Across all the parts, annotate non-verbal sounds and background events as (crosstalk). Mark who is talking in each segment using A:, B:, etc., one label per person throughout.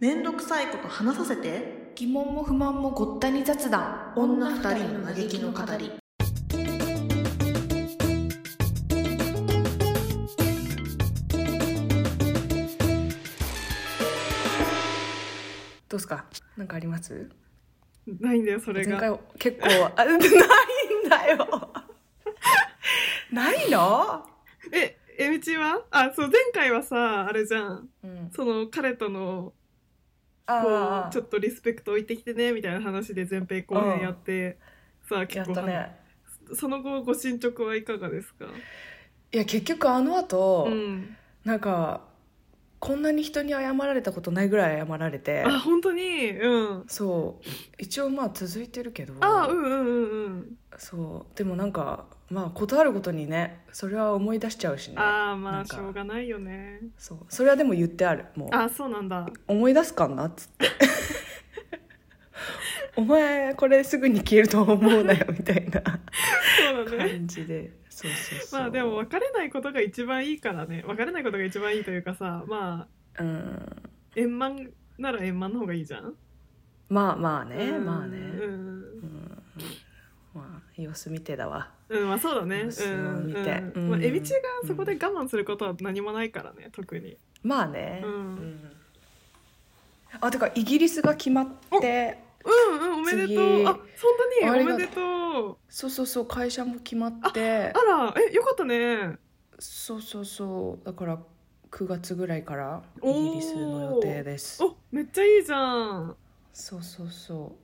A: めんどくさいこと話させて
B: 疑問も不満もごったに雑談
A: 女二人の嘆きの語り
B: どうすかなんかあります
C: ないんだよそれ
B: 前
C: が
B: 回結構あないんだよ (laughs) ないの
C: ええみちはあそう前回はさあれじゃん
B: うん
C: その彼とのこ
B: あ
C: う
B: あ
C: ちょっとリスペクト置いてきてねみたいな話で前編後編やって、さあ
B: や
C: 結
B: った
C: 構、
B: ね
C: その後ご進捗はいかがですか
B: いや結局あの後、
C: うん
B: なんかこんなに人に謝られたことないぐらい謝られて
C: あ本当にうん
B: そう一応まあ続いてるけど
C: あうんうんうんうん
B: そうでもなんかまあことあるごとにねそれは思い出しちゃうしね
C: ああま
B: な
C: あ
B: ん
C: し
B: か
C: ょうがないよね
B: そうそれはでも言ってあるもう
C: あそうなんだ
B: 思い出すかなっつって (laughs) お前これすぐに消えると思うなよみたいな
C: そうだね
B: 感じでそうそうそう
C: (laughs) まあでも別れないことが一番いいからね別れないことが一番いいというかさまあ
B: うん
C: 円満なら円満の方がいいじゃん
B: まあまあね、
C: うん
B: まあね、
C: うん
B: うん、まあ様子見てだわ
C: うんまあそうだね。
B: 様子を見て
C: うんう
B: うん
C: んまあエビチがそこで我慢することは何もないからね、特に。
B: まあね、
C: うん
B: あてかイギリスが決まって
C: うんうんおめでと
B: 次
C: う。あ本
B: あ
C: 当
B: り
C: に
B: がとう
C: おめでとう。
B: そうそうそう会社も決まって
C: あらえよかったね。
B: そうそうそうだから9月ぐらいからイ
C: おー
B: ギリスの予定です
C: おめっちゃいいじゃん。
B: そうそうそ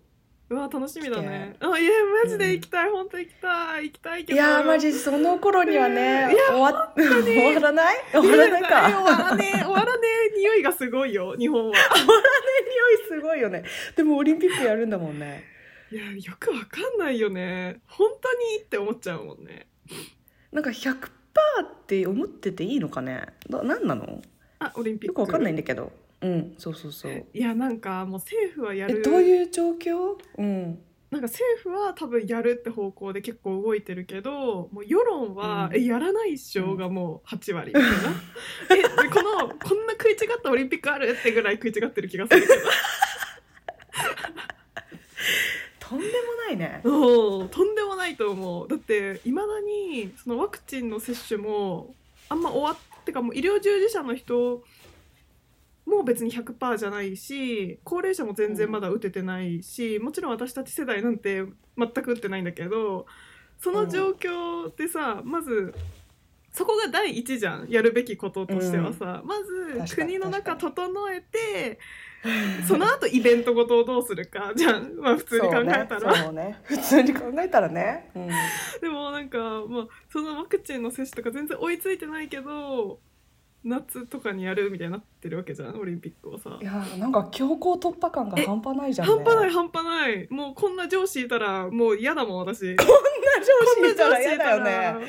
B: う
C: わ楽しみだね。あいやマジで行きたい、本当行きたい行きたいうけ
B: い
C: ど。
B: やーマジその頃にはね終わ終わらない終わらない
C: や
B: か
C: 終わらねえ終わらねえ匂いがすごいよ日本は。
B: 匂いすごいよねでもオリンピックやるんだもんね
C: いやよくわかんないよね。本当にって思っちゃうもんね。
B: なんか100%って思ってていいのかねな何なの
C: あオリンピッ
B: よ
C: ク。
B: くわかんない
C: い。
B: んだけどうんそうそうそう
C: いやなんかもう政府はや
B: え
C: る。
B: どういう状況うん
C: なんか政府は多分やるって方向で結構動いてるけどもう世論は、
B: うん
C: えやらないっしょがもう8割みたいなえこのこんな食い違ったオリンピックあるってぐらい食い違ってる気がするけ
B: とんでもないね
C: どうんとんでもないと思うだっていまだにそのワクチンの接種もあんま終わってかもう医療従事者の人も別に100%じゃないし高齢者も全然まだ打ててないし、もちろん私たち世代なんて全く打ってないんだけどその状況でさ、まずそこが第一じゃんやるべきこととしてはさ、まず
B: 確かに
C: 国の中整えてその後イベントごとをどうするかじゃん、まあ、普通に考えたら。
B: そうねそうね普通に考えたらね、うん、
C: でもなんか、まあ、そのワクチンの接種とか全然追いついてないけど夏とかにやるみたいになってるわけじゃんオリンピックはさ
B: い。やーなんか強行突破感が半端ないじゃん、ね、
C: 半端ない半端ないもうこんな上司いたらもう嫌だもん私こ
B: (laughs) こんな上司いたら嫌
C: い
B: だよね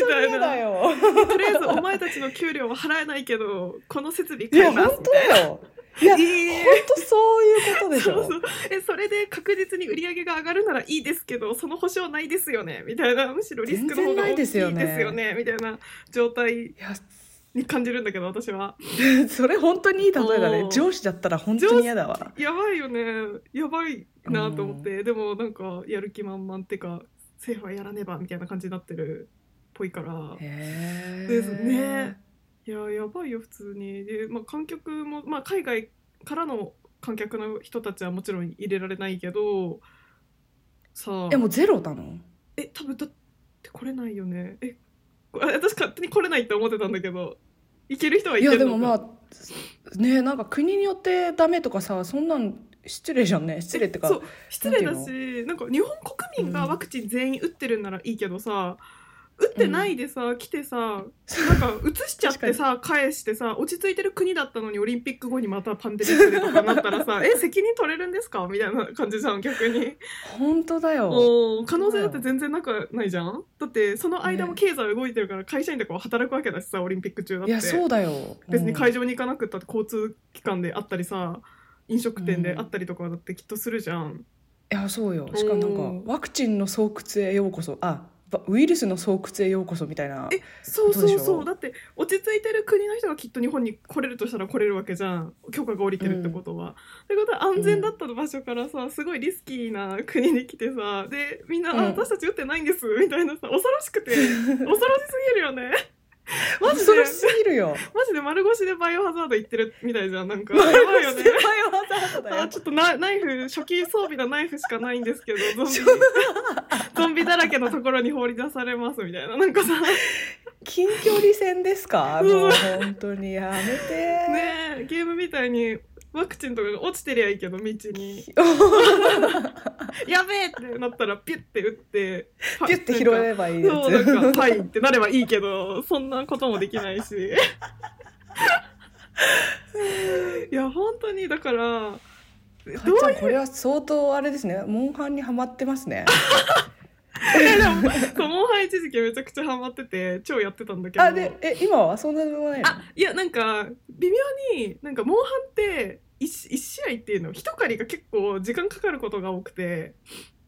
B: 本当
C: た
B: に
C: い
B: 嫌
C: な
B: だよ
C: とりあえずお前たちの給料は払えないけどこの設備
B: い
C: 買
B: や
C: います
B: 本当だよいや
C: え
B: 本当そういうことで
C: ー
B: しょ
C: そうそうえそれで確実に売り上げが上がるならいいですけどその保証ないですよねみたいなむしろリスクの方が大きいですよ
B: 全然ないですよ
C: ねみたいな状態
B: いや (laughs)
C: に感じるんだけど私は
B: それ本当にいい例えだね
C: おー
B: 上司だったら本当に嫌だわ
C: やばいよねやばいなと思ってでもなんかやる気満々ってか政府はやらねばみたいな感じになってるっぽいから
B: へー
C: ですねいややばいよ普通にで、まあ、観客も、まあ、海外からの観客の人たちはもちろん入れられないけどさあ
B: えもうゼロなの
C: え多分だって来れないよねえこれ私勝手に来れないって思ってたんだけど行ける人はい行け
B: や
C: る
B: で
C: の
B: もまあねなんか国によってダメとかさそんなん失礼じゃんね失礼ってか
C: そう失礼だ
B: なんて
C: しなんか日本国民がワクチン全員打ってるんならいいけどさ、打ってないでさ来てさなんか移しちゃってさ返してさ落ち着いてる国だったのにオリンピック後にまたパンデミックでとかなった
B: (laughs)
C: らさえ責任取れるんですかみたいな感じじゃん逆に
B: 本当だよ
C: おー可能性だって全然なくないじゃんだってその間も経済動いてるから会社員とかは働くわけだしさオリンピック中だっ
B: い
C: て
B: やそうだよ
C: 別に会
B: 場
C: 場に行かなくったって交通機関であったりさ飲食店であったりとかだってきっとするじゃん
B: いやそうよしかもな
C: うん
B: んかワクチンの巣窟へようこそあばウイルスの巣窟へようこそみたいな
C: えそう
B: どうで
C: そう
B: しょ
C: そううだって落ち着いてる国の人がきっと日本に来れるとしたら来れるわけじゃん許可が下りてるってことは。ってことは安全だった場所からさすごいリスキーな国に来てさでみんな、あ
B: うん
C: 私たち打ってないんです」みたいなさ恐ろ
B: (laughs)
C: しくて恐ろしすぎるよね。マジ
B: 恐
C: で
B: ろしすぎるよ。
C: マジで丸腰でバイオハザード行ってるみたいじゃんなんかやば
B: バイオ
C: いよね。
B: ハザードだ
C: あ
B: よ。
C: ちょっとナナイフ初期装備のナイフしかないんですけどゾンビ
B: (laughs)
C: ゾンビだらけのところに放り出されますみたいななんかさ
B: 近距離戦ですか。
C: うん
B: もう本当にやめて。
C: ねえゲームみたいにワクチンとかが落ちてりゃいいけど
B: (laughs)
C: 道にやべえってなったらピュッて打って
B: (laughs) ピュッて拾えばいいや
C: そう
B: (laughs)
C: なん
B: つ。
C: か「はい」ってなればいいけどそんなこともできない
B: (laughs)
C: しいや本当にだから
B: かっちゃんこれは相当あれですね。モンハンにはまってますね。
C: えでもそうモンハン一時期めちゃくちゃハマってて超やってたんだけど
B: あでえ今はそんなでもないの。
C: あいやなんか微妙になんかモンハンって一一試合っていうの一狩りが結構時間かかることが多くて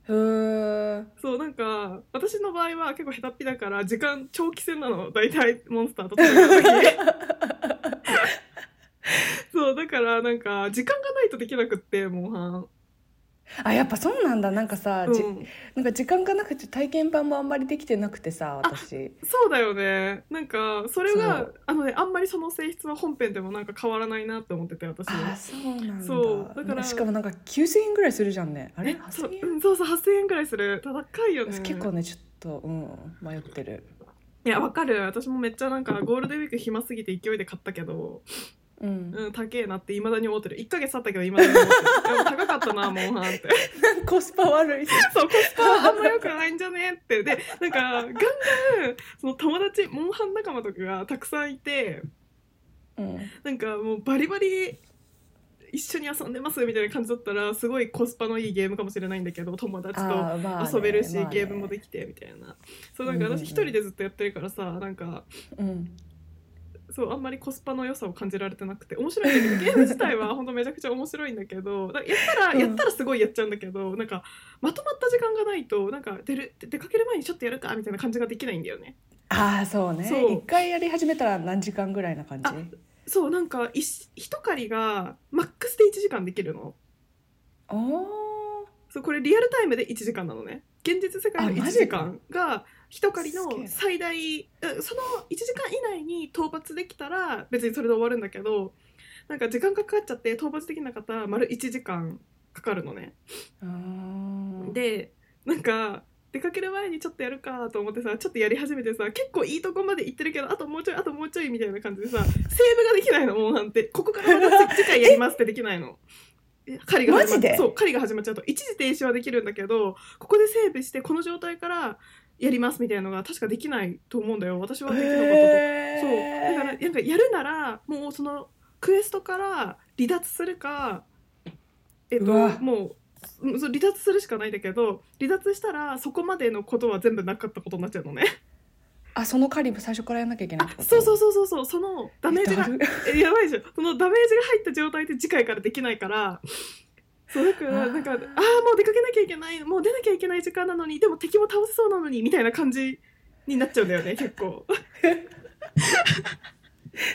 B: うーん。
C: そうなんか私の場合は結構下手っぴだから時間長期戦なの大体モンスターと戦
B: (laughs)
C: う時そうだからなんか時間がないとできなくってモンハン、
B: あやっぱそうなんだなんかさ、
C: う
B: じ
C: ん、
B: なんか時間がなくて体験版もあんまりできてなくてさ私
C: そうだよねなんかそれ
B: そ
C: が
B: う
C: あのねあんまりその性質は本編でもなんか変わらないなって思ってて私は
B: あそうなんだ
C: そうだから
B: しかもなんか9000円ぐらいするじゃんねあれ
C: えそう
B: 8000
C: う
B: 円
C: んそうそう8000円ぐらいする高いよね
B: 私結構ねちょっとうん迷ってる
C: いやわかる私もめっちゃなんかゴールデンウィーク暇すぎて勢いで買ったけど
B: うん
C: うん高えなっていまだに思ってる1ヶ月経ったけどいまだに思ってるいや高かったなモンハンって
B: (laughs)
C: (laughs)
B: コスパ悪い
C: そうコスパあんま良くないんじゃねってでなんかガンガンその友達モンハン仲間とかがたくさんいて
B: うん
C: なんかもうバリバリ一緒に遊んでますみたいな感じだったらすごいコスパのいいゲームかもしれないんだけど友達と
B: あーまあね
C: 遊べるし、
B: まあね
C: ゲームもできてみたいなそうなんか
B: うんうんうん
C: 私一人でずっとやってるからさなんか
B: うん
C: そうあんまりコスパの良さを感じられてなくて面白いんだけどゲーム自体は本当めちゃくちゃ面白いんだけどだやったら、
B: うん
C: やったらすごいやっちゃうんだけどなんかまとまった時間がないとなんか出る出かける前にちょっとやるかみたいな感じができないんだよね
B: ああそうね
C: そう
B: 一回やり始めたら何時間ぐらいな感じ
C: あそうなんか一一狩りがマックスで1時間できるの
B: あー
C: そうこれリアルタイムで1時間なのね現実世界の
B: あ
C: 1
B: マジ
C: 時間が一狩り
B: すげ
C: の
B: え
C: 最大うんその1時間以内に討伐できたら別にそれで終わるんだけどなんか時間がかかっちゃって討伐できなかったら丸1時間かかるのね。
B: あー
C: でなんか出かける前にちょっとやるかと思ってさちょっとやり始めてさ結構いいとこまで行ってるけどあともうちょいあともうちょいみたいな感じでさセーブができないのもうなんてここからまた
B: (laughs)
C: 次次回やりますってできないの。え狩りが始ま
B: マジで
C: そう狩りが始まっちゃうと一時停止はできるんだけどここでセーブしてこの状態からやりますみたいなのが確かできないと思うんだよ私はできなかったと思う
B: へ
C: そうだからなんかやるならもうそのクエストから離脱するかえっと
B: うわ
C: もううんそう離脱するしかないんだけど離脱したらそこまでのことは全部なかったことになっちゃうのね
B: あその狩りも最初からやんなきゃいけないってこと
C: そうそうそうそうそうそのダメージが
B: だる
C: えやばいじゃんそのダメージが入った状態で次回からできないからそうだから
B: あー
C: なんかああーもう出かけなきゃいけないもう出なきゃいけない時間なのにでも敵も倒せそうなのにみたいな感じになっちゃうんだよね結構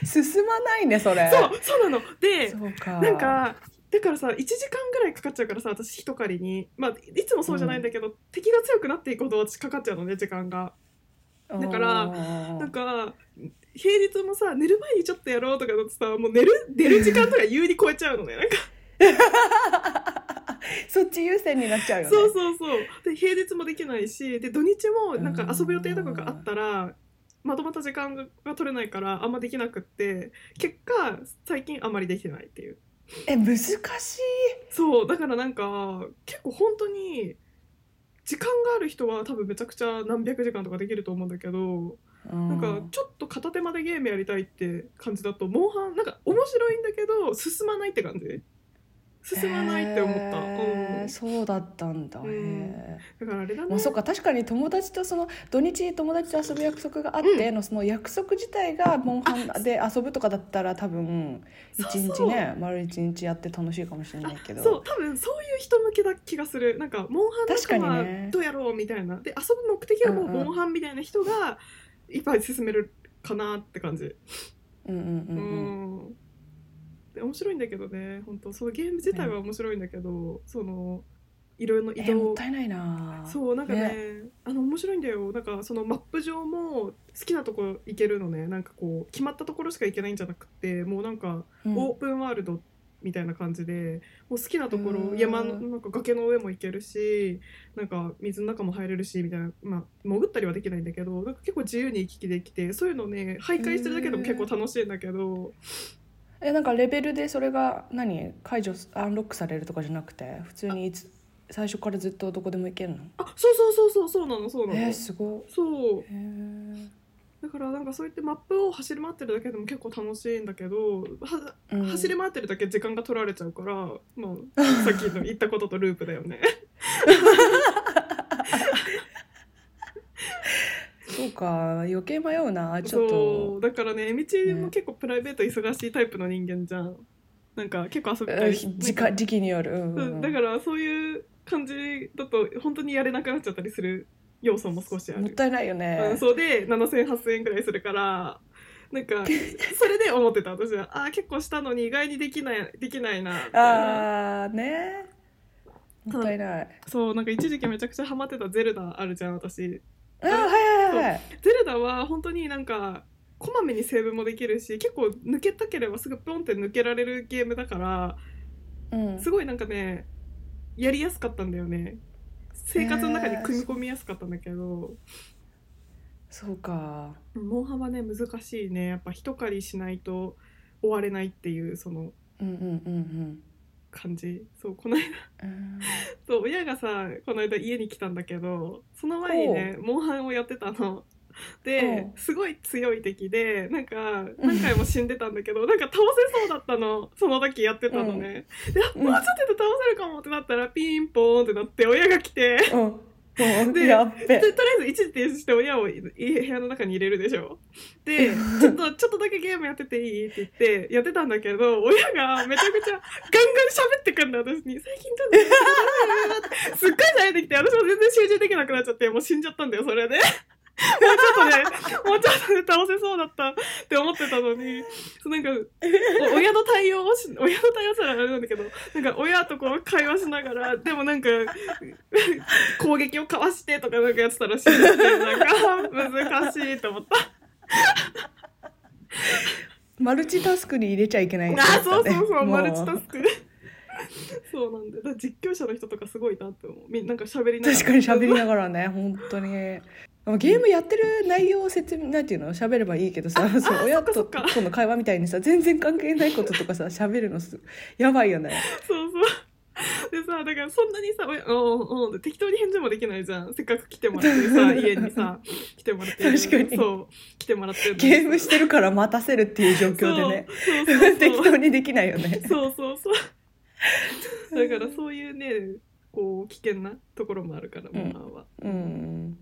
B: 進まないねそれ
C: そうそうなので
B: そうか
C: なんかだからさ1時間ぐらいかかっちゃうからさ私一狩りにまあいつもそうじゃないんだけど、敵が強くなっていくほど私かかっちゃうのね時間が、だから
B: おー
C: なんか平日もさ寝る前にちょっとやろうとかだとさもう寝る寝る時間とか優に超えちゃうのねなんか
B: そっち優先になっちゃうよね
C: そうそうそうで平日もできないしで土日もなんか遊ぶ予定とかがあったらまとまった時間が取れないからあんまできなくって結果最近あんまりできてないっていう
B: え難しい
C: そうだからなんか結構本当に時間がある人は多分めちゃくちゃ何百時間とかできると思うんだけど、
B: な
C: なんかちょっと片手間でゲームやりたいって感じだとモンハンなんか面白いんだけど進まないって感じ進まないって思った、
B: へー
C: うん
B: そうだったんだ、
C: うん
B: へ
C: だからあれだ
B: ー
C: ね、
B: まあ、そっか確かに友達とその土日に友達と遊ぶ約束があっての、その約束自体がモンハンで遊ぶとかだったら多分一
C: そうそう
B: 日ね丸一日やって楽しいかもしれないけど
C: そう多分そういう人向けだ気がするなんかモンハン
B: 確か
C: 仲
B: に
C: 間
B: ね
C: どうやろうみたいな、で遊ぶ目的はもう
B: うんうん
C: モンハンみたいな人がいっぱい進めるかなって感じ
B: うんうんう
C: うん
B: うん
C: んで面白いんだけどね本当そのゲーム自体は面白いんだけど、そのいろいろ移
B: えーも
C: 動
B: ったいないな
C: そうなんかねあの面白いんだよなんかそのマップ上も好きなとこ行けるのねなんかこう決まったところしか行けないんじゃなくてもうなんか
B: うん
C: オープンワールドみたいな感じでもう好きなとこ
B: う
C: ろ
B: ん
C: 山のなんか崖の上も行けるしなんか水の中も入れるしみたいな、まあ、潜ったりはできないんだけどなんか結構自由に行き来できてそういうのね徘徊してるだけでも結構楽しいんだけど
B: えなんかレベルでそれが何解除すアンロックされるとかじゃなくて普通にいつ最初からずっとどこでも行けるの
C: あそうそうそうそうそうなのそうなの、
B: えー、すご
C: そう
B: いへー
C: だからなんかそうやってマップを走り回ってるだけでも結構楽しいんだけどは
B: うん
C: 走り回ってるだけ時間が取られちゃうから、まあ、
B: (laughs)
C: さっきの言ったこととループだよね。
B: そうか余計迷うな (laughs) ちょっ
C: そ
B: と
C: うだからねみちも結構プライベート忙しいタイプの人間じゃんなんか結構遊びた
B: うん
C: い
B: 時間時期による、うんう
C: うん
B: うん
C: んだからそういう感じだと本当にやれなくなっちゃったりする要素も少しあ
B: もっ
C: る、
B: たいないよ
C: う
B: ね
C: ん、、そうで70008000円ぐらいするからなんかそれで思ってた私はあー結構したのに意外にできないできないなみたいな
B: ああねもったいない
C: そうなんか一時期めちゃくちゃハマってたゼルダあるじゃん私
B: あーはいはいはい
C: ゼルダは本当になんかこまめにセーブもできるし結構抜けたければすぐポンって抜けられるゲームだから
B: うん
C: すごいなんかねやりやすかったんだよね生活の中に組み込みやすかったんだけど、
B: そうか
C: モンハンはね難しいねやっぱ一狩りしないと終われないっていうその
B: うんうんうん
C: 感じそうこの間
B: うんうん
C: そう親がさこの間家に来たんだけどその前にねモンハンをやってたの。で
B: おう
C: すごい強い敵でなんか何回も死んでたんだけどなんか倒せそうだったのその時やってたのね、であ
B: うん
C: もうちょっとで倒せるかもってなったらピンポーンってなって親が来て
B: うんうん
C: で
B: やっべ
C: でとりあえず一時停止して親をいい部屋の中に入れるでしょでちょっとちょっとだけゲームやってていいって言ってやってたんだけど親がめちゃくちゃガンガン喋ってくんだ私に最近ちょっとやってたんだよなってすっごい慣れてきて私も全然集中できなくなっちゃってもう死んじゃったんだよそれで。もうちょっとね、もうちょっとで倒せそうだったって思ってたのに、そうなんか、お親の対応をし、親の対応すらあれなんだけど、なんか親とこう会話しながら、でもなんか、攻撃をかわしてとかなんかやってたらしいですけどなんか難しいと思った。
B: マルチタスクに入れちゃいけないやつだ
C: あ
B: っ
C: そう
B: たね
C: そうそ
B: (laughs)
C: う
B: も
C: マルチタスク。 (laughs) そうなんだよだから実況者の人とかすごいなって思う。みんなんか喋りながら
B: 確かに喋りながらね本当にでもゲームやってる内容を説明なんていうの喋ればいいけどさそう親
C: そ
B: と
C: っか
B: との会話みたいにさ全然関係ないこととかさ喋るのすやばいよね
C: (laughs) そうそう。でさだからそんなにさ「おいおうおう」で適当に返事もできないじゃんせっかく来てもらって
B: (laughs)
C: さ家にさ来てもらってる
B: 確かに
C: そう来てもらってるのに
B: ゲームしてるから待たせるっていう状況でね
C: そうそうそうそう
B: 適当にできないよね
C: そうそうそう。だからそういうね、こう危険なところもあるから、
B: うん
C: モンハンは。
B: うん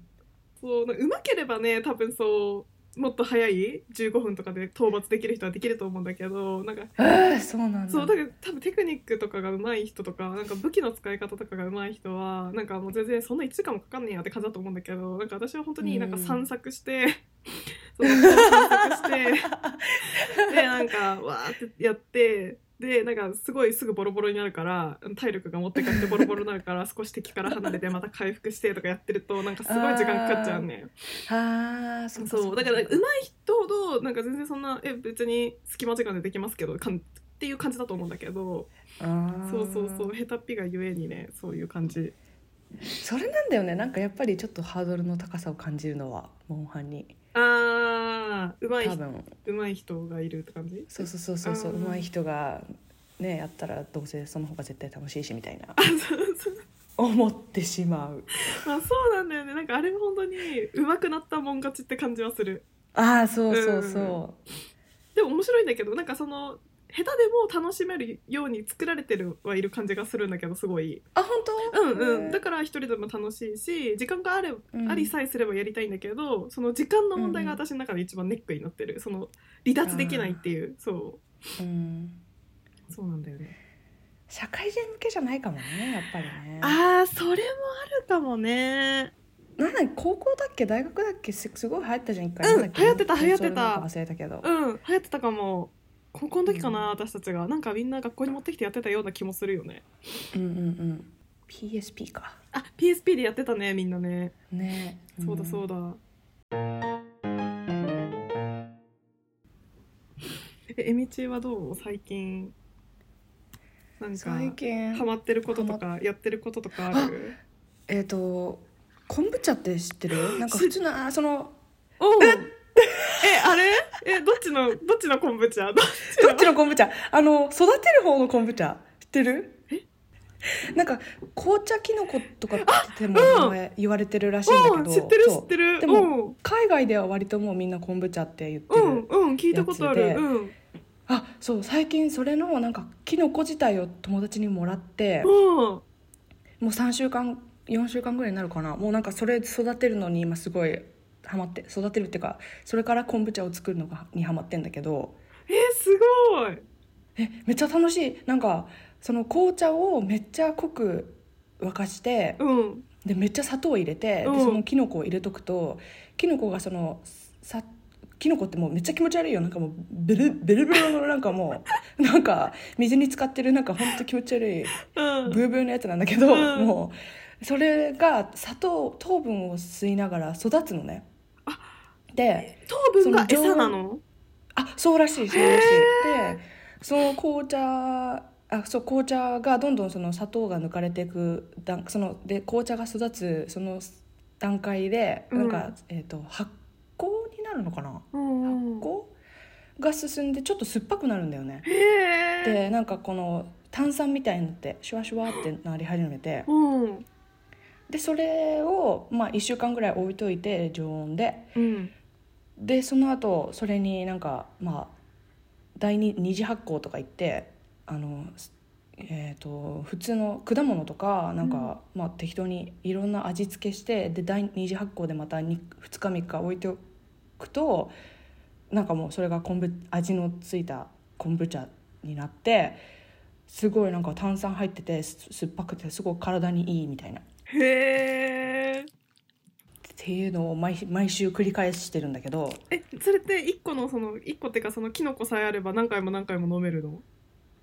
C: そう、うまければね、多分そう、もっと早い15分とかで討伐できる人はできると思うんだけど、なんか、
B: あーそうなんだ
C: そう、だから多分テクニックとかが上手い人とか、なんか武器の使い方とかが上手い人は、なんかもう全然そんな1時間もかかんねえやって感じだと思うんだけど、なんか私は本当になんか
B: うん
C: 散策して、その散策して。でなんかわーってやってでなんかすごいすぐボロボロになるから体力が持ってかれてボロボロになるから少し敵から離れてまた回復してとかやってるとなんかすごい時間かかっちゃうね
B: あーそうか
C: そうだから上手い人ほどなんか全然そんなえ別に隙間時間でできますけどかんっていう感じだと思うんだけど
B: あー
C: そうそうそう下手っぴがゆえにねそういう感じ
B: それなんだよねなんかやっぱりちょっとハードルの高さを感じるのはモンハンに
C: あー上手い
B: 多
C: 人
B: 分
C: 上手い人がいるって感じ
B: そうそうそうそうそう
C: うん
B: 上手い人がねやったらどうせその方が絶対楽しいしみたいな
C: そうそう
B: 思ってしまう
C: (laughs) まあそうなんだよねなんかあれも本当に上手くなったもん勝ちって感じはする
B: ああそうそうそう、
C: でも面白いんだけどなんかその下手でも楽しめるように作られてるはいる感じがするんだけどすごい
B: あ本当
C: うんうん、だ
B: か
C: から一人でも楽しいし時間があれ、
B: うん
C: ありさえすればやりたいんだけどその時間の問題が
B: うん
C: 私の中で一番ネックになってるその離脱できないっていうそ
B: ら、うん、
C: うそうなんだよね
B: 社会人向けじゃないかもねやっぱりね
C: あーそれもあるかもね
B: なんだっけ高校だっけ大学だっけすすごい流行ったじゃん一回、
C: うん
B: なんだけ
C: 流行ってた流行っ
B: そ
C: てた
B: うなんか忘れたけど、
C: うん流行ってたかも高校の時かな、
B: うん
C: 私たちがなんかみんな学校に持ってきてやってたような気もするよね
B: うん、うんうん PSP か
C: あ PSP でやってたねみんなね
B: ね
C: そうだそう
B: だ
C: だ、ええみちはどう最近なんか
B: 最近
C: ハマってることとかやってることとかある
B: えっ、と昆布茶って知ってるなんか普通のあその
C: おうえあれえどっちのどっちの昆布 (laughs) 茶どっち
B: ど
C: の
B: っちの昆布茶あの育てる方の昆布茶知ってるなんか紅茶キノコとかっても
C: あうん
B: 名前言われてるらしいんだけ
C: う
B: ど、
C: ん知ってる知
B: そう
C: ってる
B: で
C: う
B: も
C: ん
B: 海外では割ともうみんな昆布茶って言って
C: う
B: る、
C: んうん聞いたこと
B: や
C: あ
B: つ
C: る
B: で
C: うん
B: あそう最近それのなんかキノコ自体を友達にもらって、
C: うん
B: もう3週間4週間ぐらいになるかなもうなんかそれ育てるのに今すごいハマって育てるっていうかそれから昆布茶を作るのがにハマってんだけど
C: えすごい
B: えめっちゃ楽しいなんかその紅茶をめっちゃ濃く沸かして
C: うん
B: でめっちゃ砂糖を入れてで
C: うん
B: そのキノコを入れとくとキノコがそのさキノコってもうめっちゃ気持ち悪いよなんかもうベルベルベルのなんかもう (laughs) なんか水に浸かってるなんかほんと気持ち悪い
C: うん
B: ブーブーのやつなんだけど、
C: うん
B: もうそれが砂糖糖分を吸いながら育つのねで
C: 糖分が
B: その
C: 餌なの
B: あそうらしいそうらしいでその紅茶あそう紅茶がどんどんその砂糖が抜かれていく段そので紅茶が育つその段階でなんか、えっと発酵になるのかな
C: うん
B: 発酵が進んでちょっと酸っぱくなるんだよね
C: へえ
B: でなんかこの炭酸みたいになってシュワシュワってなり始めて
C: うん
B: でそれを、まあ、1週間ぐらい置いといて常温で
C: うん
B: でその後それになんかまあ第二二次発酵とか言ってあの、すえー、と普通の果物とかなんか、まあ、適当にいろんな味付けしてで第二次発酵でまた 2, 二日3日置いておくとなんかもうそれが昆布味のついた昆布茶になってすごいなんか炭酸入っててす酸っぱくてすごい体にいいみたいな。
C: へえ
B: っていうのを毎毎週繰り返してるんだけど
C: えそれって一個のその一個っていうかそのキノコさえあれば何回も何回も飲めるの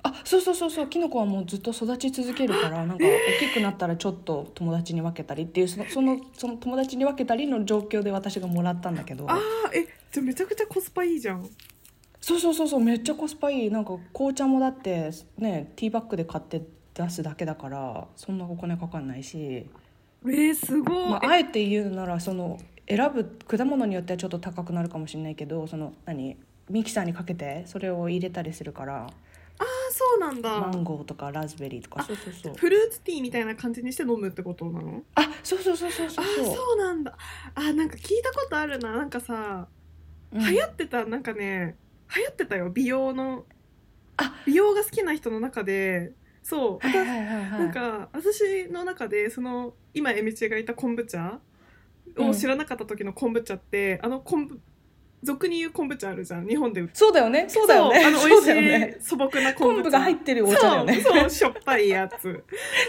B: あそうそうそうそうキノコはもうずっと育ち続けるからなんか大きくなったらちょっと友達に分けたりっていうそのそのその友達に分けたりの状況で私がもらったんだけど
C: あーえじゃあめちゃくちゃコスパいいじゃん
B: そうそうそうそうめっちゃコスパいいなんか紅茶もだってねティーバッグで買って出すだけだからそんなお金かかんないし、
C: えー、すごい、
B: まあ、あえて言うならその選ぶ果物によってはちょっと高くなるかもしれないけどその何ミキサーにかけてそれを入れたりするから。
C: あそうなんだ
B: マンゴーとかラズベリーとか
C: あ
B: そうそうそう
C: フルーツティーみたいな感じにして飲むってことなの
B: あそうそうそうそうそ
C: あ
B: う
C: ーそうなんだあーなんか聞いたことあるななんかさ、
B: うん
C: 流行ってたなんかね流行ってたよ美容の
B: あ
C: 美容が好きな人の中でそう、
B: はいはいはいはい
C: なんか私の中でその今えみちがいた昆布茶を知らなかった時の昆布茶って、あの昆布俗に言う昆布茶あるじゃん日本で売って
B: そうだよねそうだよね
C: あの美
B: (laughs) そう
C: 味し
B: だよ
C: い
B: ね
C: 素朴な昆布
B: 昆布が入ってるお茶だよね
C: そうそうしょっぱいやつ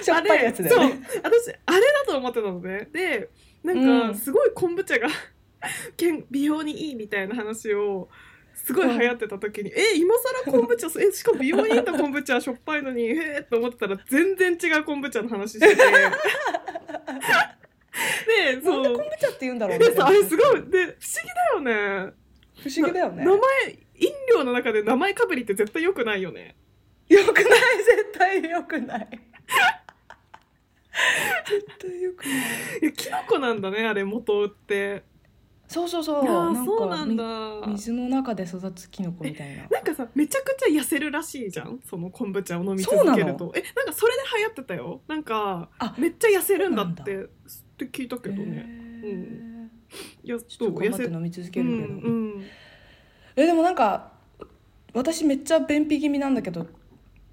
B: しょっぱいやつだよね
C: あれそう私あれだと思ってたのねでな
B: うんん
C: かすごい昆布茶が (laughs) 健美容にいいみたいな話をすごい流行ってた時に、え今更昆布
B: (laughs)
C: 茶えしかも美容にいいんだ昆布茶しょっぱいのにえー、と思ってたら全然違う昆布茶の
B: (laughs)
C: 話しててで
B: なんで
C: そ
B: 昆
C: う
B: 布茶って言うんだろうね
C: でそうあれすごいで不思議だよね
B: 不思議だよね
C: 名前飲料の中で名前かぶりって絶対良くないよね
B: よくない (laughs) 絶対よくない絶対よくない
C: いやキノコなんだねあれ元って
B: そうそうそう
C: いや
B: な
C: ー
B: んか
C: そうなんだ
B: み水の中で育つキノコみたい
C: (laughs)
B: な
C: なんかさめちゃくちゃ痩せるらしいじゃんその昆布茶を飲み
B: そう
C: 続
B: な
C: ける
B: の
C: とえなんかそれで流行ってたよなんか
B: あ
C: めっちゃ痩せるんだって
B: そう
C: って聞いたけど
B: へ
C: ね、
B: ー
C: いや
B: ちょっと頑張って
C: る
B: 飲み続けるけど、
C: うんうん、
B: えでもなんか私めっちゃ便秘気味なんだけど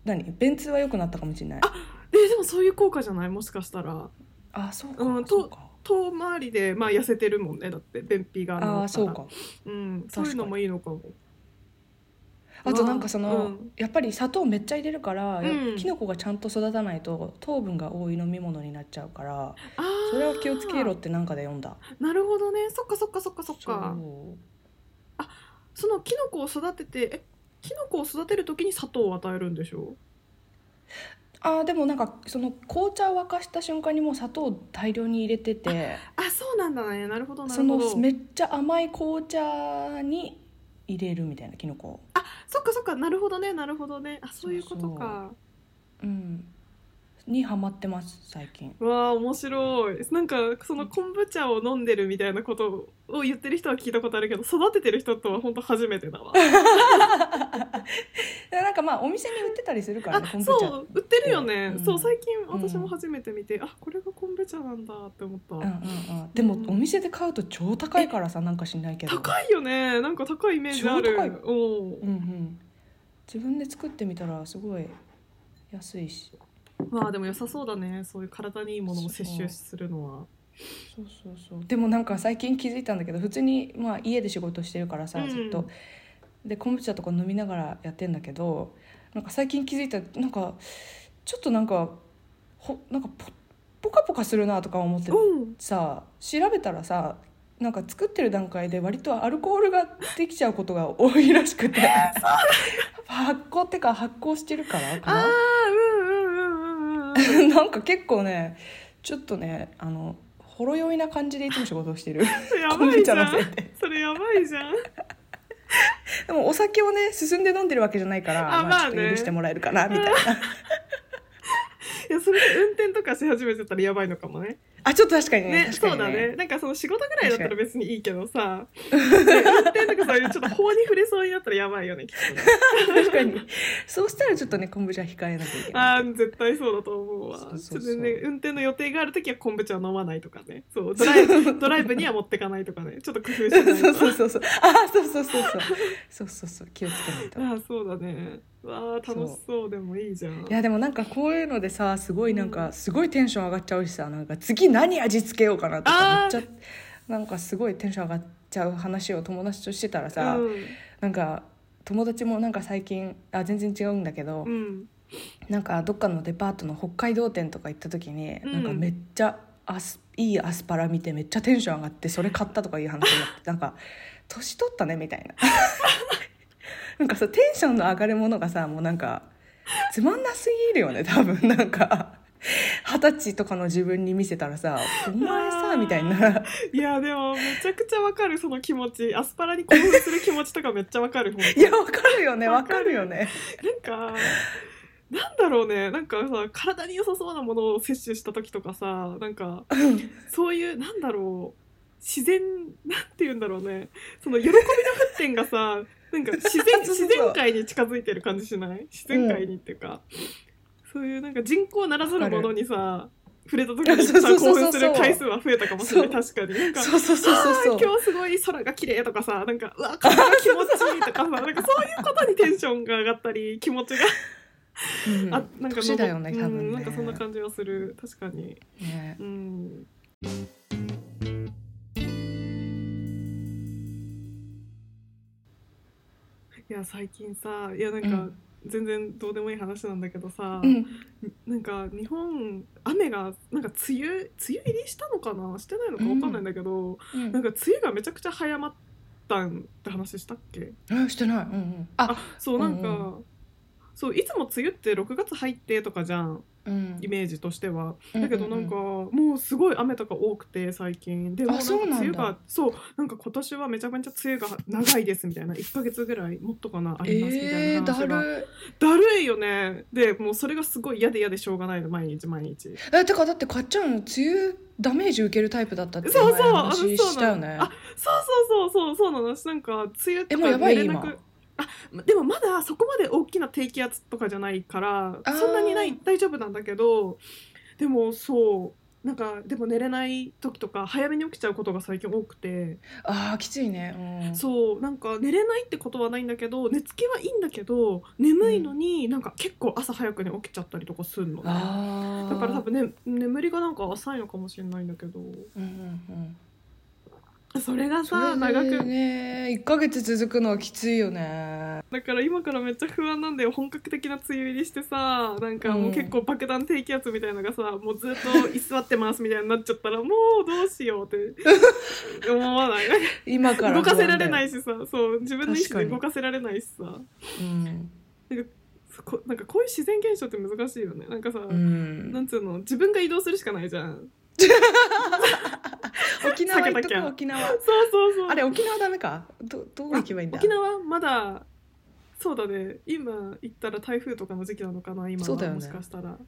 B: 何便通は良くなったかもしれないあ
C: えでもそういう効果じゃないもしかしたら
B: そうか、
C: うんと
B: そうか
C: 遠回りでまあ痩せてるもんねだって便秘が治ったら
B: ああそうか
C: うん、そういうのもいいのかも
B: あとなんかその、
C: うん
B: やっぱり砂糖めっちゃ入れるから、
C: うん
B: キノコがちゃんと育たないと糖分が多い飲み物になっちゃうから
C: あー
B: それは気をつけろってなんかで読んだ
C: なるほどねそっかそっかそっかそっ
B: そ
C: か
B: う
C: そのキノコを育ててえキノコを育てる時に砂糖を与えるんでしょ
B: あーでもなんかその紅茶を沸かした瞬間にもう砂糖を大量に入れてて
C: あそうなんだねなるほどな
B: そ
C: るほ
B: の
C: ど
B: めっちゃ甘い紅茶に入れるみたいなキノコ
C: そっかそっかなるほどねなるほどねあそういうことか
B: うんにハマってます最近
C: わあ面白いなんかその昆布茶を飲んでるみたいなことを言ってる人は聞いたことあるけど育ててる人とは本当初めてだわ
B: でなんかまあお店に売ってたりするから
C: あ
B: ね昆布茶
C: そう売ってるよね、
B: うん
C: そう最近私も初めて見て、あこれが昆布茶なんだって思った、
B: うんうんうん、でもお店で買うと超高いからさなんかしないけど
C: 高いよねなんか高いイメージある
B: 超高い
C: うん
B: うんうん、自分で作ってみたらすごい安いし
C: まあでも良さそうだねそういう体にいいものを摂取するのは
B: そうそうそうでもなんか最近気づいたんだけど普通に、まあ、家で仕事してるからさ、
C: うん
B: ずっとで昆布茶とか飲みながらやってんだけどなんか最近気づいたなんかちょっとなんかほなんかポポカポカするなとか思って
C: うん
B: さ調べたらさなんか作ってる段階で割とアルコールができちゃうことが多いらしくて発酵ってか発酵してるからか
C: ああ
B: な
C: うんうんうん
B: (laughs)
C: うんうん
B: なんか結構ねちょっとねあのほろ酔いな感じでいつも仕事をしてる
C: や
B: 昆
C: ば
B: 布
C: いじ
B: 茶
C: ゃ
B: の
C: ん
B: せいで
C: それやばいじゃん
B: (laughs) でもお酒をね進んで飲んでるわけじゃないから
C: あ
B: まあ
C: まあ
B: ち
C: ね
B: ょっと許してもらえるかなみたいない
C: (laughs) やそれで運転とかし始めてたらやばいのかもね。
B: あちょっと確かにね
C: ね
B: 確か
C: そう
B: に
C: だね。なんかその仕事ぐらいだったら
B: 確
C: 別にいいけどさ、ね運転とかそういうちょっと法に触れそうになったらやばいよねきっとね。
B: 確かにそうしたらちょっとね昆布茶控えなきゃいけない
C: ああ絶対そうだと思うわ。
B: そうそうそう
C: ちょっとね運転の予定があるときは昆布茶を飲まないとかね。そうドラ
B: (laughs)
C: イブドライブには持ってかないとかね。ちょっと工夫しないと。
B: そうそうそうそうあそうそうそうそうそうそうそう気をつけないと
C: ああそうだね。わあ楽しそうでもいいじゃん。
B: いやでもなんかこういうのでさすごいなんかすごいテンション上がっちゃうしさなんか次何味付けようかなとかめ
C: あ
B: っ
C: ー
B: ちゃなんかすごいテンション上がっちゃう話を友達としてたらさ、
C: うん
B: なんか友達もなんか最近あ全然違うんだけど、
C: うん。
B: なんかどっかのデパートの北海道店とか行った時に、
C: うん
B: なんかめっちゃアスいいアスパラ見てめっちゃテンション上がってそれ買ったとかいう話になってなんか年取ったねみたいな (laughs) なんかさテンションの上がるものがさもうなんかつまんなすぎるよね多分なんか二十歳とかの自分に見せたらさ「お前
C: あ
B: さ」
C: ー
B: みたいな
C: いやでもめちゃくちゃわかるその気持ち。アスパラに興奮する気持ちとかめっちゃわかる。本
B: い
C: 当に
B: やわかるよねわかるよね
C: なんか、なんだろうね、なんかさ、体に良さそうなものを摂取した時とかさ、なんか、そういう、なんだろう、自然、なんて言うんだろうね、その喜びの沸点がさ、なんか自然、
B: (laughs) そうそうそう
C: 自然界に近づいてる感じしない自然界にっていうか、そういうなんか人工ならざるものにさ、触れた時に
B: (laughs) そうそ
C: さ、
B: うそうそう
C: 興奮する回数は増えたかもしれない、確かに。なんか
B: そうそうそうそう
C: あ
B: そ
C: ー
B: う
C: 今日すごい空が綺麗とかさなんかうわ風が気持ちいい
B: (laughs)
C: とかさなんかそういうことにテンションが上がったり気持ちが、
B: うん
C: あなんか
B: 年だよね多分
C: う
B: ね
C: ん、なんかそんな感じはする確かに
B: ね
C: うんいや最近さいやなんか、
B: うん
C: 全然どうでもいい話なんだけどさ、
B: うん
C: なんか日本雨がなんか梅雨梅雨入りしたのかなしてないのかわかんないんだけど、
B: うん
C: なんか梅雨がめちゃくちゃ早まったんって話したっけ
B: えしてない、うんうん、あ
C: あそうなんか、
B: うん
C: そういつも梅雨って6月入ってとかじゃん
B: うん
C: イメージとしては、
B: うん
C: だけどなんか、もうすごい雨とか多くて最近でもうなんか
B: そうなん
C: 梅
B: だ
C: 雨がそうなんか今年はめちゃめちゃ梅雨が長いですみたいな1ヶ月ぐらいもっとかなありますみたい
B: えー、
C: な話
B: だ
C: が、
B: る
C: だるいよねでもうそれがすごい嫌で嫌でしょうがないの毎日毎日
B: いえてかだってかっちゃん梅雨ダメージ受けるタイプだったって
C: そうそう
B: 前
C: あの
B: 話
C: そうなの
B: したよね
C: あそうそうそうそうそうなの私なんか梅雨
B: え
C: と
B: もう
C: か
B: やばい
C: 寝れな
B: 今
C: くでもまだそこまで大きな低気圧とかじゃないから
B: あー
C: そんなにない大丈夫なんだけどでもそうなんかでも寝れない時とか早めに起きちゃうことが最近多くて、
B: あーきついね、うん、
C: そうなんか寝れないってことはないんだけど寝つきはいいんだけど眠いのになんか結構朝早くに起きちゃったりとかするのね、
B: あー
C: だから多分、ね、眠りがなんか浅いのかもしれないんだけど
B: うんうんうん、
C: それが
B: そ
C: さ
B: れ
C: 長
B: で
C: く
B: ね1ヶ月続くのはきついよね
C: だから今からめっちゃ不安なんで本格的な梅雨入りしてさなんかもう結構爆弾低気圧みたいなのがさ、もうずっ
B: (laughs)
C: と居座ってますみたいになっちゃったらもうどうしようっ
B: (laughs)
C: て思わない
B: 今から、
C: 動かせられないいしさそう自分の意思
B: 確か
C: で
B: に
C: 動かせられないしさ
B: うん
C: そこなんかこういう自然現象って難しいよねなんかさ、
B: うん
C: なんつうの自分が移動するしかないじゃん
B: 沖縄行っ
C: 避
B: と
C: け
B: こ
C: なきゃ
B: う沖縄
C: そうそうそう
B: あれ沖縄ダメかどどこ行けばいいんだ
C: 沖縄まだそうだね今行ったら台風とかの時期なのかな今は
B: そうだよね
C: もしかしたら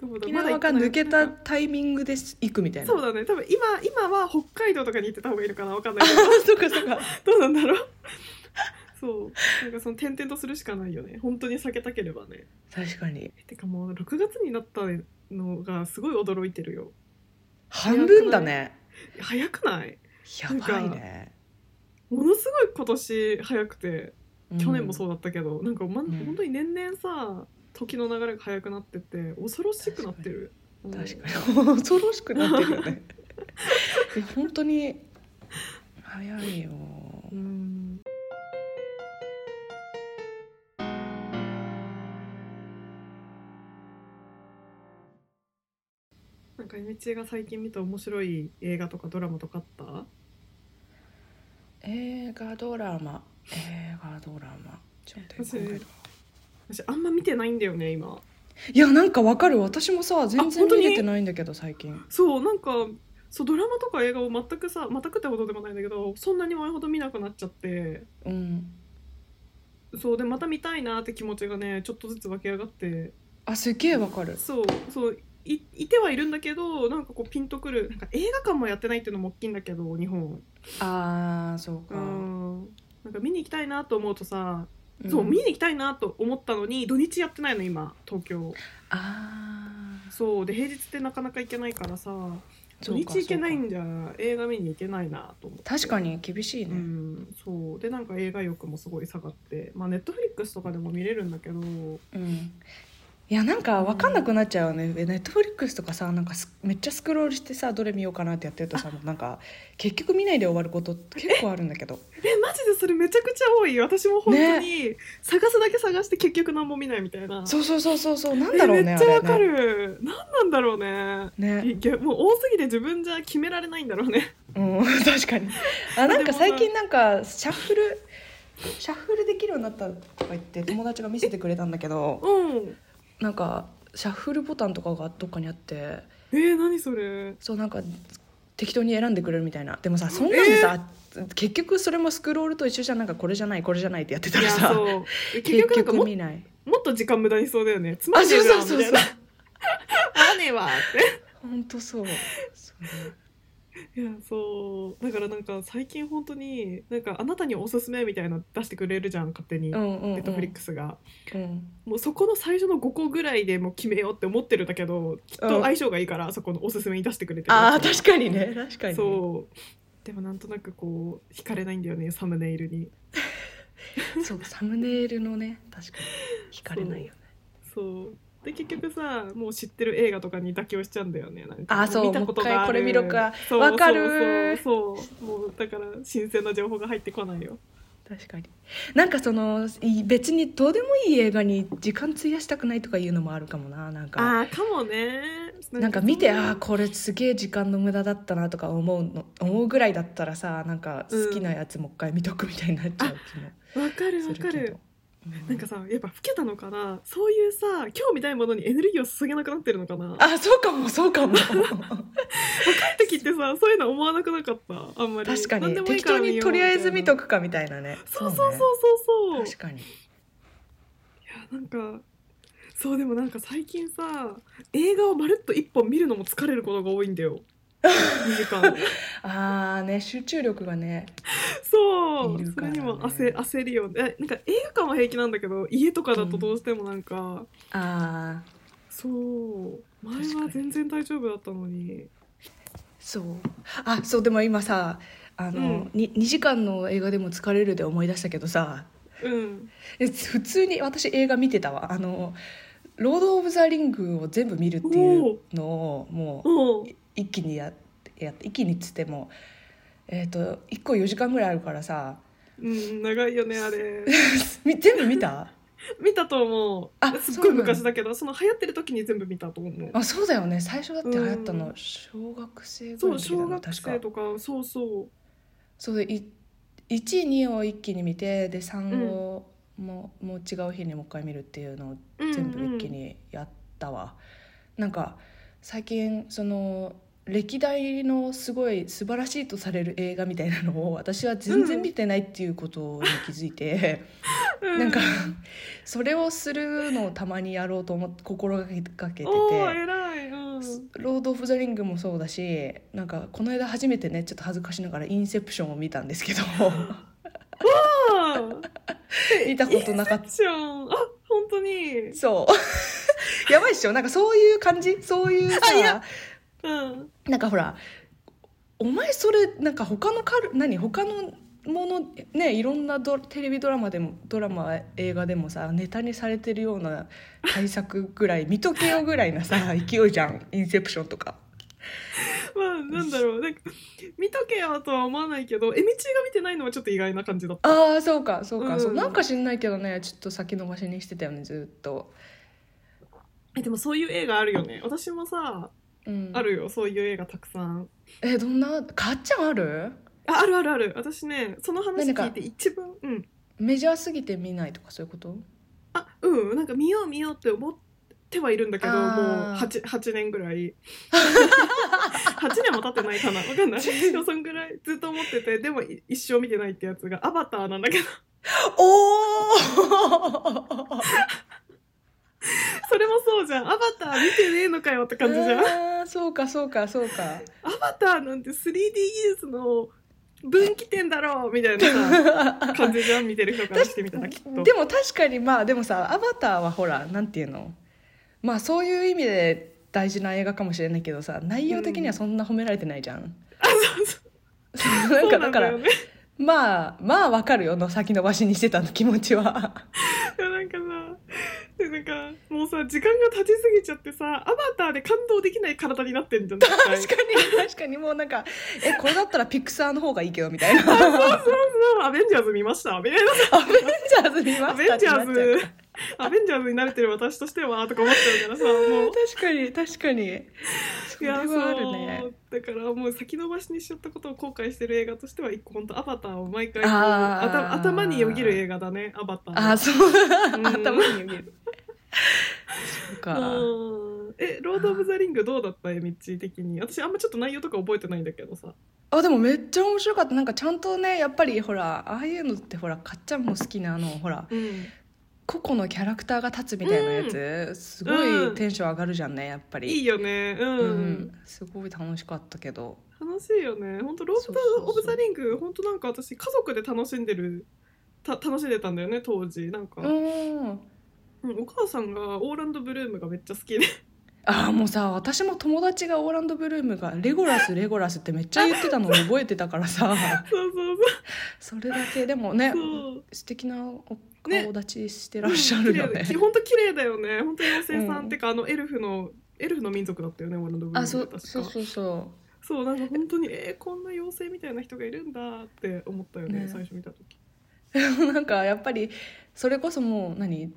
C: どうだ
B: 沖
C: まだ
B: 縄
C: 行っ
B: が
C: てない
B: 抜けたタイミングで行くみたいな
C: そうだね多分今今は北海道とかに行ってた方がいいのかなわかんな
B: (laughs)
C: いけど
B: (laughs) そうかそうか
C: どうなんだろうそうなんかその転々とするしかないよね本当に避けたければね
B: 確かに
C: てかもう6月になったのがすごい驚いてるよ
B: 半分だね
C: 早くない
B: や
C: くな
B: ば
C: い
B: いね
C: ものすごい今年早くて去年もそううだったけど、なんか、ま
B: ん
C: 本当に年々さ時の流れが早くなってて恐ろしくなってる
B: ん確
C: うん
B: かに恐ろしくなってるよ
C: (laughs)
B: ねいや本当に早いよ
C: うんなんかゆみちが最近見た面白い映画とかドラマとかあった
B: 映画ドラマ映画ドラマちょっと今回とか
C: 私あんま見てないんだよね今
B: いやなんかわかる私もさ全
C: あ
B: 然
C: 本当
B: 見
C: に
B: れてないんだけど最近
C: そうなんかそうドラマとか映画を全くさ全くってほどでもないんだけどそんなに前ほど見なくなっちゃって
B: うん
C: そうでまた見たいなって気持ちがねちょっとずつ湧き上がって
B: あすげえわかる
C: そうそういいてはいるんだけどなんかこうピンとくるなんか映画館もやってないっていうのも大きいんだけど日本
B: あーそう
C: う
B: か、
C: んなんか見に行きたいなと思うとさ、
B: ん
C: そう見に行きたいなと思ったのに土日やってないの今東京
B: あー
C: そうで平日ってなかなか行けないからさ
B: そ
C: 土
B: うか
C: 日行けない
B: そうか
C: んじゃ映画見に行けないなと思って
B: 確かに厳しいね、
C: うん、そうでなんか映画欲もすごい下がってまあネットフリックスとかでも見れるんだけど
B: うんいやなんか分かんなくなっちゃうよね、ネットフリックスとかさなんかすめっちゃスクロールしてさどれ見ようかなってやってるとさもうなんか結局見ないで終わること結構あるんだけど
C: えマジでそれめちゃくちゃ多い私も本当に探すだけ探して結局何も見ないみたいな、
B: そうそうそうそうそうなん
C: え
B: だろう
C: め
B: ね
C: っ
B: あ
C: ちゃ
B: れ
C: わ
B: ね
C: かる、何なんだろうね
B: ね、
C: いやもう多すぎて自分じゃ決められないんだろうね (laughs)
B: うん、確かにあなん
C: で
B: か
C: も
B: 最近なんかシャッフルシャッフルできるようになったとか言って友達が見せてくれたんだけど
C: うん
B: なんかシャッフルボタンとかがどっかにあって
C: えー、何それ
B: そうなんか適当に選んでくれるみたいなでもさそんなんでさ、結局それもスクロールと一緒じゃんなんかこれじゃないこれじゃないってやってた
C: い
B: ら
C: や
B: さ
C: そうえ結局なんかも
B: 見ない
C: もっと時間無駄にそうだよねつま
B: あ
C: んね
B: そ
C: え
B: う
C: じゃ
B: そうんそう
C: みた
B: そ
C: いうな合わねえわっ
B: 本当そうそう
C: (laughs) ていやそうだからなんか最近本当になんかあなたにおすすめみたいなの出してくれるじゃん勝手に、
B: う
C: ネ
B: んうんうん
C: ットフリックスが
B: うん
C: もうそこの最初の5個ぐらいでもう決めようって思ってるんだけどきっと相性がいいから、そこのおすすめに出してくれてる
B: ああ確かにね確かに
C: そうでもなんとなくこう惹かれないんだよねサムネイルに
B: そうサムネイルのね確かに惹かれないよね
C: そうで結局さもう知ってる映画とかに妥協しちゃうんだよねなんか
B: あそう
C: 見たことがある
B: もう一回これ見ろか
C: そう
B: わかる
C: そうそうそうもうだから新鮮な情報が入ってこないよ
B: 確かになんかそのい別にどうでもいい映画に時間費やしたくないとかいうのもあるかもななんか
C: あーかもね
B: なんか見てああこれすげえ時間の無駄だったなとか思うの思うぐらいだったらさなんか好きなやつもう一回見とくみたいになっちゃう
C: わか
B: 気
C: る
B: も
C: わ
B: する
C: か
B: け
C: る
B: ど。うん
C: なんかさやっぱ老けたのかなそういうさ興味ないものにエネルギーを注げなくなってるのかな
B: あそうかもそうか
C: (laughs)
B: も
C: 時ってさそういうの思わなくなかったあんまり
B: 確か
C: 何で
B: に
C: もいい
B: 適
C: から
B: 当
C: 見
B: に
C: よう
B: とりあえず見と
C: み
B: くかみたいなね
C: たいなそうそうそうそうそう、
B: ね確かに
C: いやなんかそうでもなんか最近さ映画をまるっと一本見るのも疲れることが多いんだよ2時間
B: ああね集中力がね
C: (laughs) そう、
B: いる
C: そ
B: から
C: れ
B: ね
C: にも焦焦るよねえなんか映画館は平気なんだけど家とかだとどうしてもなんか、
B: あ
C: そう前
B: 確か
C: は
B: に
C: 全然大丈夫だったの (laughs) に
B: そうあそうでも今さあの、
C: うん
B: に2時間の映画でも疲れるで思い出したけどさ
C: うん
B: え普通に私映画見てたわあの「ロード・オブ・ザ・リング」を全部見るっていうのをもう
C: おう
B: 一気にやってやって一気にっつってもえっ、と1個4時間ぐらいあるからさ (laughs)
C: うん長いよねあ (laughs) れ
B: み全部見た
C: 見たと思う
B: あ
C: すっごい
B: そうなんだ
C: 昔だけどその流行ってる時に全部見たと思う
B: あそうだよね最初だって流行った
C: う
B: の
C: ん
B: 小学生ぐ
C: そ
B: らいうの時だ
C: 小
B: よね
C: 学生
B: 確か
C: とかそうそう
B: そうでい12を一気に見てで3をも,、うもう違う日にもう一回見るっていうのを全部一気にやったわ、なんか最近その歴代のすごい素晴らしいとされる映画みたいなのを私は全然見てないっていうことに気づいて、
C: う
B: なんかそれをするのをたまにやろうと思って心がけかけてて
C: おー偉いうん
B: ロード・オブ・ザ・リングもそうだしなんかこの間初めてねちょっと恥ずかしながら「インセプション」を見たんですけ
C: (laughs)
B: ど
C: あ
B: 見たことなかっ
C: ーションあ本当に
B: たそうやばいっしょなんかそう (laughs) いう感じそういうさ
C: あいやうん
B: なんかほらお前それなんか他のカル何他のものねいろんなドテレビドラマでもドラマ映画でもさネタにされてるような対策ぐ (laughs) らい見とけよぐらいなさ勢いじゃん「インセプション」とか。
C: まあなんだろうなんか見とけよとは思わないけどえみちが見てないのはちょっと意外な感じだった
B: ああそうかそうか、
C: うん
B: そうなんか知んないけどねちょっと先延ばしにしてたよねずっと、
C: えでもそういう映画あるよね私もさ
B: うん、
C: あるよそういう映画たくさん
B: えどんなかっちゃんある
C: ああるあるある私ねその話
B: 何か
C: 聞いて一番うん
B: メジャーすぎて見ないとかそういうこと
C: あうんなんか見よう見ようって思ってはいるんだけどもう
B: あー
C: 8, 8年ぐら
B: (laughs)
C: い8年も経ってないかなわか
B: (laughs)
C: んないでもそんぐらいずっと思っててでもい一生見てないってやつが「アバター」なんだ (laughs) けど
B: お (laughs) お
C: それもそうじゃん「アバター見てねえのかよ」って感じじゃん。
B: あーそうかそうかそう (laughs) か
C: アバターなんて 3D 技術の分岐点だろうみた
B: (laughs)
C: いなさ感じじゃん見てる人からしてみたらきっと。
B: でも確かにまあでもさ「アバター」はほらなんていうのまあそういう意味で大事な映画かもしれないけどさ内容的にはそんな褒められてないじゃん、な
C: そ
B: ん
C: う
B: かだ
C: なん
B: か
C: だ
B: ら
C: よね。
B: まあまあわかるよの先延ばしにしてたの気持ちは
C: いやなんかさでなんかもうさ時間が経ちすぎちゃってさアバターで感動できない体になってんじゃん絶対
B: 確かに確かにもうなんかえこれだったらピクサーの方がいいけどみたい
C: (laughs)
B: なア
C: うんアベンジャーズ見ましたみた
B: (laughs)
C: いな
B: ベンジャーズ見ま
C: ア
B: し
C: ベ
B: た
C: ン
B: って
C: ジャ
B: なっちゃ
C: ー
B: う
C: ズ
B: から
C: アベンジャーズに慣れてる私として
B: (laughs)
C: はとか思っちゃうからさもう
B: 確かに確かにそ
C: い
B: れは
C: や
B: あるね
C: そうだからもう先延ばしにしちゃったことを後悔してる映画としては一個本当アバターを毎回こう
B: あー
C: 頭頭によぎる映画だねアバター
B: あ
C: は
B: あそう
C: うん
B: 頭によぎるそうか
C: うんえロード・オブ・ザ・リングどうだったえみっちー的に私あんまちょっと内容とか覚えてないんだけどさ
B: あでもめっちゃ面白かったなんかちゃんとねやっぱりほらああいうのってほらかっちゃんも好きなあのほら
C: うん
B: 個々のキャラクターが立つみたいなやつ、すご
C: う
B: い
C: ん
B: テンション上がるじゃんねやっぱり
C: いいよねうん、
B: うん、すごい楽しかったけど
C: 楽しいよね本当ロード・オブ・ザ・リング本当なんか私家族で楽しんでるた楽しんでたんだよね当時なんか、
B: うん
C: うんお母さんがオーランド・ブルームがめっちゃ好
B: (laughs)
C: きで
B: ああもうさ私も友達がオーランド・ブルームが「レゴラスレゴラス」ってめっちゃ言ってたのを覚えてたからさ
C: (laughs) そうそう
B: それだけでもね
C: そうそう
B: 素敵なお
C: ね
B: 顔立ちしてらっしゃるよね
C: 本当綺麗だよね本当妖精さん、ってかあのエルフのエルフの民族だったよねオーランド・ブルーム
B: あそ
C: 確
B: う
C: か
B: そうそうそ
C: そうなんか本当にえー、こんな妖精みたいな人がいるんだって思ったよね
B: ね
C: 最初見た時
B: う (laughs) なんかやっぱりそれこそもう何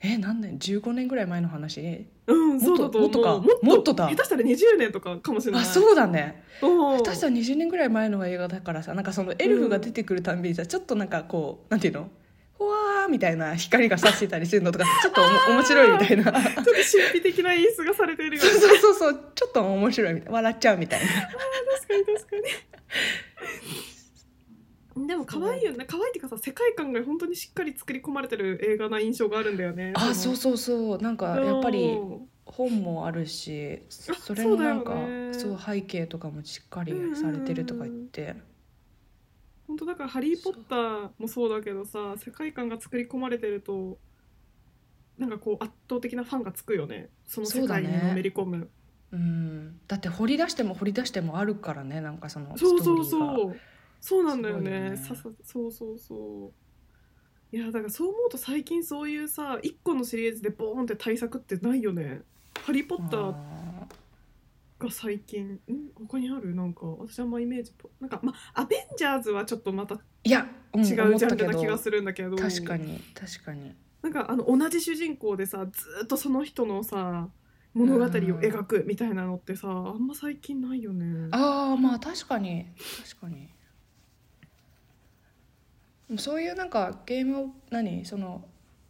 B: え何年15年ぐらい前の話
C: うんそうだと思う
B: もっともっとかもっとだ
C: 下手したら20年とかかもしれない
B: あそうだね
C: うん
B: 下手したら20年ぐらい前の映画だからさなんかそのエルフが出てくるたんびにさちょっとなんかこうなんていうのほわーみたいな光が差してたりするのとか (laughs) ちょっとおも面白いみたいな
C: ちょっと神秘的な演出がされているよ
B: (laughs)
C: ね
B: そうそうそうそうちょっと面白いみたいな笑っちゃうみたいな
C: 確かに確かにでも可愛いよね可愛いっていうかさ世界観が本当にしっかり作り込まれてる映画な印象があるんだよね
B: あそう
C: そ
B: そうそうなんか
C: の
B: やっぱり
C: うん
B: 本もあるし
C: あ
B: それもなんか
C: そ
B: そうう,、
C: だよね
B: 背景とかもしっかりされてるとか言って、
C: 本当だから「ハリー・ポッター」もそうだけどさ世界観が作り込まれてるとなんかこう圧倒的なファンがつくよねその世界に
B: そうだね
C: のめり込む
B: うん、だって掘り出しても掘り出してもあるからねなんかそのストー
C: そ
B: リーが
C: うそうそうそうなんだよね
B: すごいよね
C: ささそうそうそういやだからそう思うと最近そういうさ一個のシリーズでボーンって対策ってないよね「ハリー・ポッター」
B: あ
C: が最近ん他にあるなんか私あんまイメージぽなんかまあアベンジャーズはちょっとまた
B: ーいや、うん、
C: 違
B: 思
C: う
B: っ
C: ジャ
B: た
C: ン
B: け
C: ルな
B: ど
C: 気がするんだけど
B: 確かに確かに
C: なんかあの同じ主人公でさずーっとその人のさ物語を描くみたいなのってさあんま最近ないよね。
B: ああまあ確かに確かにそういうなんかゲームを何その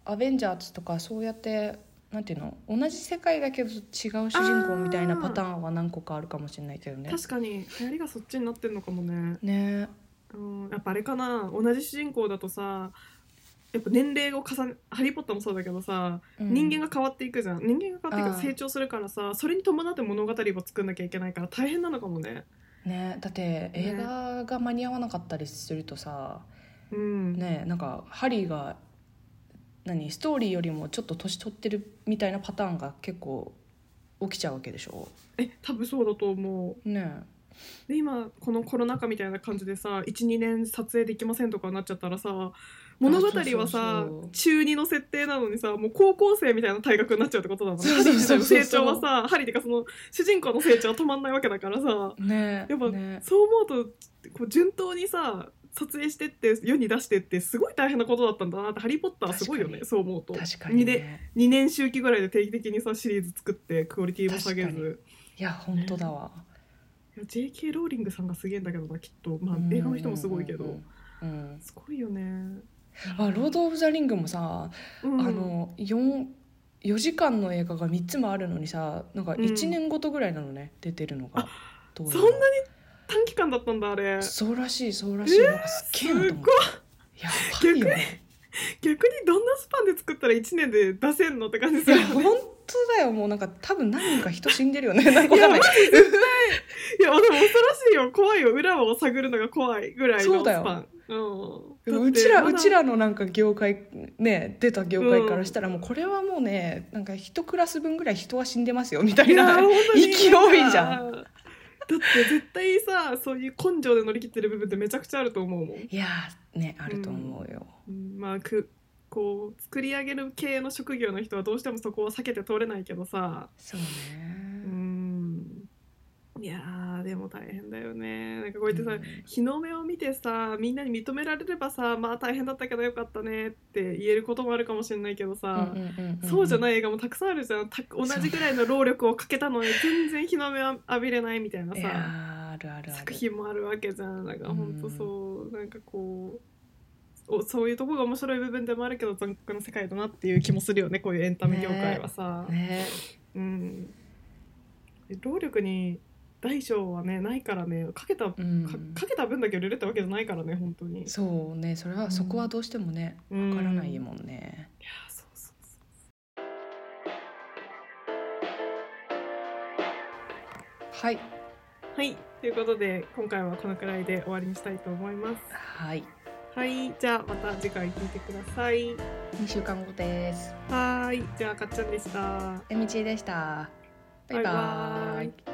B: アベンジャーズとかそうやってなんていうの同じ世界だけど違う主人公みたいなパターンは何個かあるかもしれないけどね
C: 確かに流行りがそっちになってんのかもね。
B: ね
C: うん、やっぱあれかな同じ主人公だとさやっぱ年齢を重ね「ハリー・ポッター」もそうだけどさ、
B: うん
C: 人間が変わっていくじゃん人間が変わっていく
B: あ
C: か
B: あ
C: 成長するからさそれに伴って物語を作んなきゃいけないから大変なのかもね。
B: ねだって映画が間に合わなかったりするとさ
C: うん、
B: ねなんかハリーが何ストーリーよりもちょっと年取ってるみたいなパターンが結構起きちゃうわけでしょ
C: え多分そうだと思う。
B: ね
C: で今このコロナ禍みたいな感じでさ12年撮影できませんとかなっちゃったらさ物語はさ
B: そうそうそう
C: 中2の設定なのにさもう高校生みたいな体格になっちゃうってことだもんね。
B: そう
C: ハリ
B: そう
C: ー自
B: そ
C: 体
B: う
C: の (laughs)
B: そう
C: 成長はさハリーっていうかその主人公の成長は止まんないわけだからさ
B: ね
C: やっぱ、
B: ね
C: そう思うとこう順当にさ撮影してって世に出してってすごい大変なことだったんだなって「ハリー・ポッター」すごいよ
B: 確か
C: ね
B: に
C: そう思うと
B: 確かに、
C: 2, で
B: ね、
C: 2年周期ぐらいで定期的にさシリーズ作ってクオリティも下げ
B: 確か
C: ず
B: いや本当だわ、
C: いや JK ローリングさんがすげえんだけどなきっと、まあ、映画の人もすごいけど、
B: うんうんうんうん
C: すごいよね。
B: あロード・オブ・ザ・リングもさ、
C: うん
B: あの 4, 4時間の映画が3つもあるのにさなんか
C: うん
B: 1年ごとぐらいなのね、出てるのがどうや
C: そ
B: ら
C: んなに短期間だったんだあれ
B: そうらしいそうらしい、なんかすっげえなと思ってやばいよね
C: 逆にどんなスパンで作ったら1年で出せんのって感じ
B: い
C: する
B: や
C: よね
B: 本当だよもうなんか多分何人か人死んでるよ
C: (laughs)
B: ねなんかわかんない
C: いやでも恐ろしいよ怖いよ裏を探るのが怖いぐらい
B: そ
C: の
B: う
C: ス
B: だよ
C: パンう
B: うちらうち
C: ら
B: らのなんか業界ね出た業界からしたらもうこれはもうねなんか一クラス分ぐらい人は死んでますよみたい
C: いや
B: な
C: 本当に
B: 勢いじゃ
C: んかだって絶対さそういう根性で乗り切ってる部分ってめちゃくちゃあると思うもん、
B: いやーねあると思うよ、
C: うんまあくこう作り上げる系の職業の人はどうしてもそこを避けて通れないけどさ
B: そう
C: う
B: ね
C: んいやーでも大変だよねなんかこうやってさ、
B: うん
C: 日の目を見てさみんなに認められればさまあ大変だったけどよかったねって言えることもあるかもしれないけどさ、
B: うんうんうんうん
C: そうじゃ
B: い
C: ない映画もたくさんあるじゃんた同
B: そう
C: じぐらいの労力をかけたのに全然日の目を浴びれないみたいない
B: や
C: さ
B: ーあるあるある
C: 作品もあるわけじゃんなんかほんとそうなんかこうおそういうとこが面白い部分でもあるけど残酷な世界だなっていう気もするよねこういうエンタメ業界はさ。
B: ね
C: うん、労力に大小はねないからねかけた
B: うん
C: かかけた分だけ売れるってわけじゃないからね本当に
B: そうねそれは、
C: うん
B: そこはどうしてもね
C: う
B: わ
C: ん
B: からないもんね、
C: いやそうそうそう
B: はい
C: はいということで今回はこのくらいで終わりにしたいと思います
B: はい
C: はいじゃあまた次回聞いてください
B: 2週間後です
C: はーいじゃあかっちゃんでした
B: えみちでしたバイバ
C: バイ
B: バ
C: バ
B: イ
C: ー
B: バ
C: イ
B: イ